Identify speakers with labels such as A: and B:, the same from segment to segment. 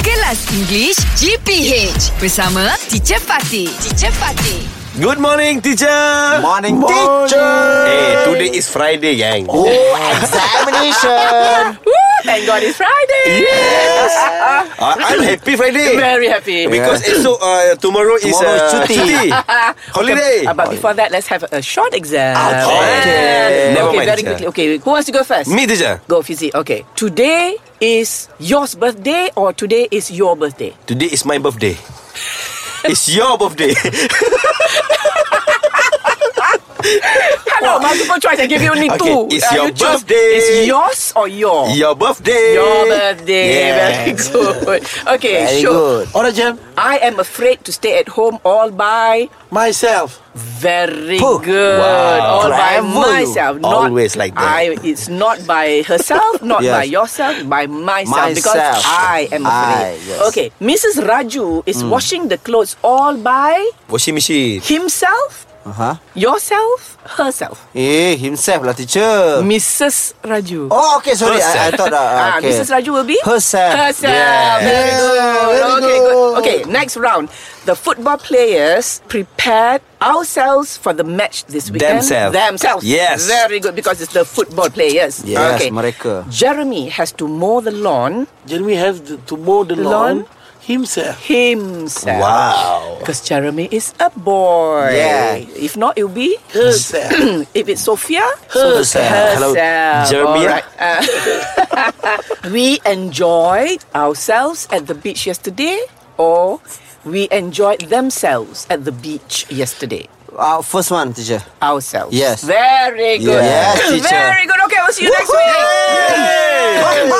A: Kelas English GPH bersama Teacher Fatih. Teacher Fatih.
B: Good morning, teacher.
C: Morning, teacher.
B: Eh, today is Friday, gang. Oh.
C: Oh, examination.
D: Thank God it's Friday.
B: Yes. uh, I'm happy Friday.
D: Very happy.
B: Because esok uh, tomorrow, is
C: Tomorrow
B: uh,
C: cuti.
B: Holiday.
D: Uh, but before that, let's have a short exam.
B: Okay. Never
D: okay,
B: mind,
D: very
B: sir.
D: quickly. Okay, who wants to go first?
B: Me, teacher.
D: Go, Fizi. Okay. Today is yours birthday or today is your birthday?
B: Today is my birthday. It's your birthday.
D: Hello, multiple choice. I give you only
B: Okay,
D: two.
B: it's
D: Uh,
B: your
D: you choose.
B: birthday.
D: It's yours or your?
B: your birthday.
D: Your birthday. Very
B: Yes.
D: good. Okay,
C: Very
D: sure.
C: good. Alright, Jam.
D: I am afraid to stay at home all by
C: Myself.
D: Very
C: Puh.
D: good.
B: Wow.
D: All by
C: Clever you.
D: myself. Not,
B: Always like that.
D: I, it's not by herself, not
C: Yes.
D: by yourself, by myself.
C: Myself.
D: Because I am afraid.
C: I, yes.
D: Okay, Mrs. Raju is washing the clothes all by
B: Washing machine.
D: himself,
C: Uh huh.
D: yourself, herself.
C: Eh, himself lah, teacher.
D: Mrs. Raju.
C: Oh, okay, sorry. I, I thought uh,
D: Ah,
C: okay.
D: Mrs. Raju will be
C: Herself.
D: Herself.
B: Yeah.
D: Very
C: Yeah,
D: good.
C: very
D: okay,
C: good.
D: Okay, next round. The football players prepared ourselves for the match this weekend.
B: Themselves.
D: Themselves.
B: Yes.
D: Very good because it's the football players.
C: Yes, mereka.
D: Jeremy has to mow the lawn
E: Jeremy has the, to mow the
D: Lawn?
E: lawn, himself.
D: himself.
B: Wow.
D: Because Jeremy is a boy.
C: Yeah.
D: If not, it'll be.
E: Herself.
D: if it's Sophia,
C: Herself.
B: Hello,
D: herself.
B: Jeremy.
D: Alright. We enjoyed ourselves at the beach yesterday, or we enjoyed themselves at the beach yesterday.
C: Uh, first one, teacher.
D: Ourselves.
C: Yes.
D: Very good.
C: Yes, teacher.
D: Very good. Okay, we'll see you next week.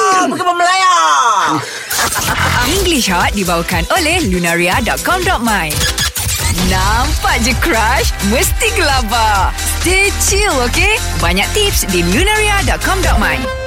A: English Hot dibawakan oleh Lunaria.com.my Nampak je crush? Mesti gelabah. Stay chill, okay? Banyak tips di Lunaria.com.my